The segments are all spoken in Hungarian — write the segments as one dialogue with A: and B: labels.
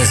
A: Ez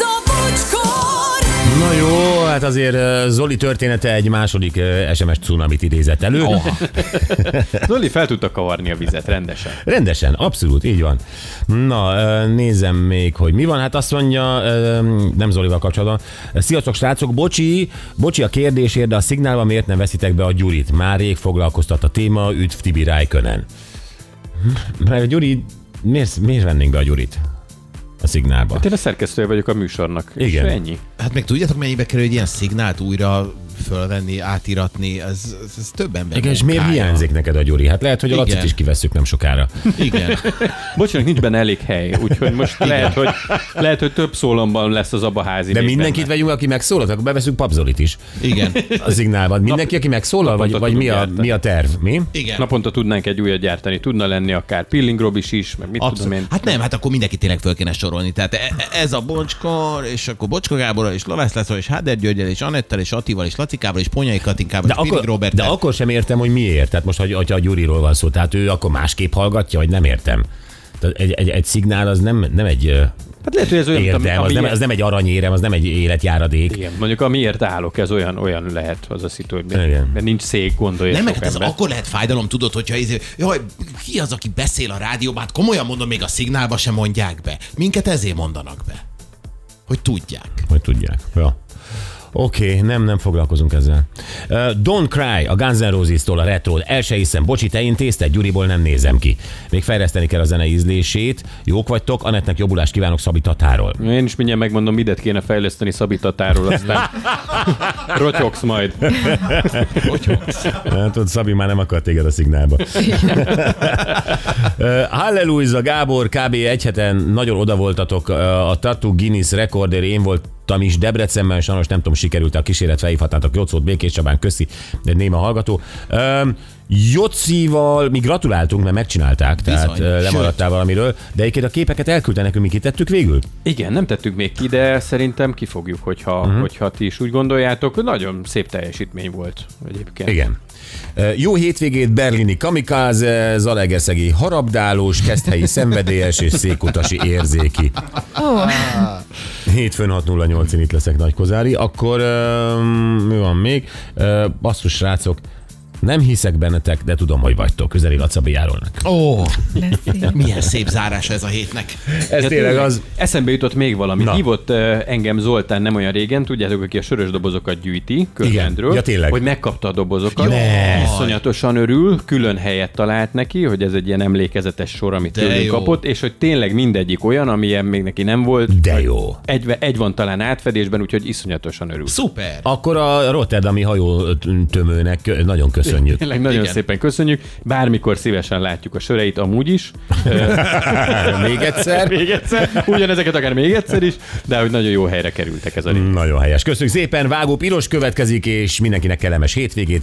B: a bocskor!
C: Na jó, hát azért ö, Zoli története egy második ö, SMS cunamit idézett elő. Oh.
D: Zoli fel tudta kavarni a vizet rendesen.
C: Rendesen, abszolút, így van. Na, ö, nézem még, hogy mi van. Hát azt mondja, ö, nem Zolival kapcsolatban. Sziasztok, srácok, bocsi, bocsi a kérdésért, de a szignálban miért nem veszitek be a Gyurit? Már rég foglalkoztat a téma, üdv Tibi Rájkönen. Hm, Mert a Gyuri, miért, miért vennénk be a Gyurit? A szignálba.
D: Hát Én a szerkesztője vagyok a műsornak.
C: Igen.
D: És ennyi.
E: Hát meg tudjátok, mennyibe kerül egy ilyen szignált újra fölvenni, átiratni, ez, ez, ez több ember
C: Igen, és miért
E: munkája.
C: hiányzik neked a Gyuri? Hát lehet, hogy a
E: Igen.
C: Lacit is kivesszük nem sokára.
E: Igen.
D: Bocsánat, nincs benne elég hely, úgyhogy most lehet, hogy, lehet, hogy több szólomban lesz az abaházi.
C: De
D: még
C: mindenkit
D: benne.
C: vegyünk, aki megszólalt, akkor beveszünk Papzolit is.
E: Igen.
C: a szignálban. Mindenki, aki megszólal, vagy,
D: naponta
C: vagy mi, a,
D: tudunk
C: mi a terv? Mi?
E: Igen.
D: Naponta tudnánk egy újat gyártani. Tudna lenni akár Pilling Robis is, meg mit
E: Abszolút.
D: tudom én.
E: Hát nem, hát akkor mindenki tényleg föl kéne sorolni. Tehát e- e- ez a Bocskor, és akkor Bocska Gáborral, és Lovász László, és Háder Györgyel, és Anettel, és Attival, és Lacikával, és Ponyai Katinkával,
C: De
E: és Pirig
C: akkor, de
E: Roberttel.
C: akkor sem értem, hogy miért. Tehát most, hogy, hogyha a Gyuriról van szó, tehát ő akkor másképp hallgatja, vagy nem értem. Tehát egy, egy, egy szignál az nem, nem egy ö,
D: Hát lehet, hogy ez olyan,
C: érdem, az nem, az nem egy aranyérem, az nem egy életjáradék.
D: igen, mondjuk amiért állok, ez olyan, olyan lehet az a szitu, hogy mi-
C: Igen.
D: mert nincs szék, gondolja
E: Nem,
D: sok
E: meg hát ez
D: ember.
E: akkor lehet fájdalom, tudod, hogyha ez, jaj, ki az, aki beszél a rádióban, hát komolyan mondom, még a szignálba sem mondják be. Minket ezért mondanak be. Hogy tudják.
C: Hogy tudják. Ja. Oké, okay, nem, nem foglalkozunk ezzel. Uh, Don't Cry, a Guns N' Roses-tól a retro El se hiszem, bocsi, te intézted, Gyuriból nem nézem ki. Még fejleszteni kell a zene ízlését. Jók vagytok, Anetnek jobbulást kívánok Szabi Tatáról.
D: Én is mindjárt megmondom, midet kéne fejleszteni Szabi Tatáról, aztán rotyogsz majd.
C: Hát, tudod, Szabi már nem akar téged a szignálba. Ö, Halleluja, Gábor, kb. egy heten nagyon oda voltatok. Ö, A Tartu Guinness rekordér én voltam is Debrecenben, sajnos nem tudom, sikerült a kísérlet, felhívhatnátok Jocót, Békés Csabán, köszi, de néma hallgató. Ö, Jocival mi gratuláltunk, mert megcsinálták, tehát
E: Bizony,
C: Bizony,
E: sőt.
C: lemaradtál valamiről, de egyébként a képeket elküldte nekünk, mi kitettük végül.
D: Igen, nem tettük még ki, de szerintem kifogjuk, hogyha,
C: Mhm.
D: uh-huh. hogyha ti is úgy gondoljátok. Nagyon szép teljesítmény volt egyébként.
C: Igen. Ö, Jó hétvégét berlini kamikáze, zalegerszegi harabdálós, keszthelyi szenvedélyes és székutasi érzéki. Hétfőn 608 én itt leszek Nagy Kozári. Akkor ö, mi van még? Ö, Basszus srácok, nem hiszek bennetek, de tudom, hogy vagytok. Közeli Lacabi járulnak.
E: Ó, milyen szép zárás ez a hétnek.
C: Ez tényleg az.
D: Eszembe jutott még valami.
C: Na.
D: Na. Hívott eh, engem Zoltán nem olyan régen, tudjátok, aki a sörös dobozokat gyűjti
C: Igen.
D: körrendről,
C: Ja, tényleg.
D: hogy megkapta a dobozokat.
C: Ne.
D: Iszonyatosan örül, külön helyet talált neki, hogy ez egy ilyen emlékezetes sor, amit
E: De
D: tőlünk
E: jó.
D: kapott, és hogy tényleg mindegyik olyan, amilyen még neki nem volt.
C: De jó.
D: Egy, egy van talán átfedésben, úgyhogy iszonyatosan örül.
E: Szuper.
C: Akkor a Rotterdami hajó tömőnek nagyon köszönjük.
D: Tényleg nagyon
E: Igen.
D: Igen. szépen köszönjük. Bármikor szívesen látjuk a söreit, amúgy is.
C: Még egyszer.
D: még egyszer. Ugyanezeket akár még egyszer is, de hogy nagyon jó helyre kerültek ez a
C: Nagyon helyes. Köszönjük szépen, Vágó Piros következik, és mindenkinek kellemes hétvégét.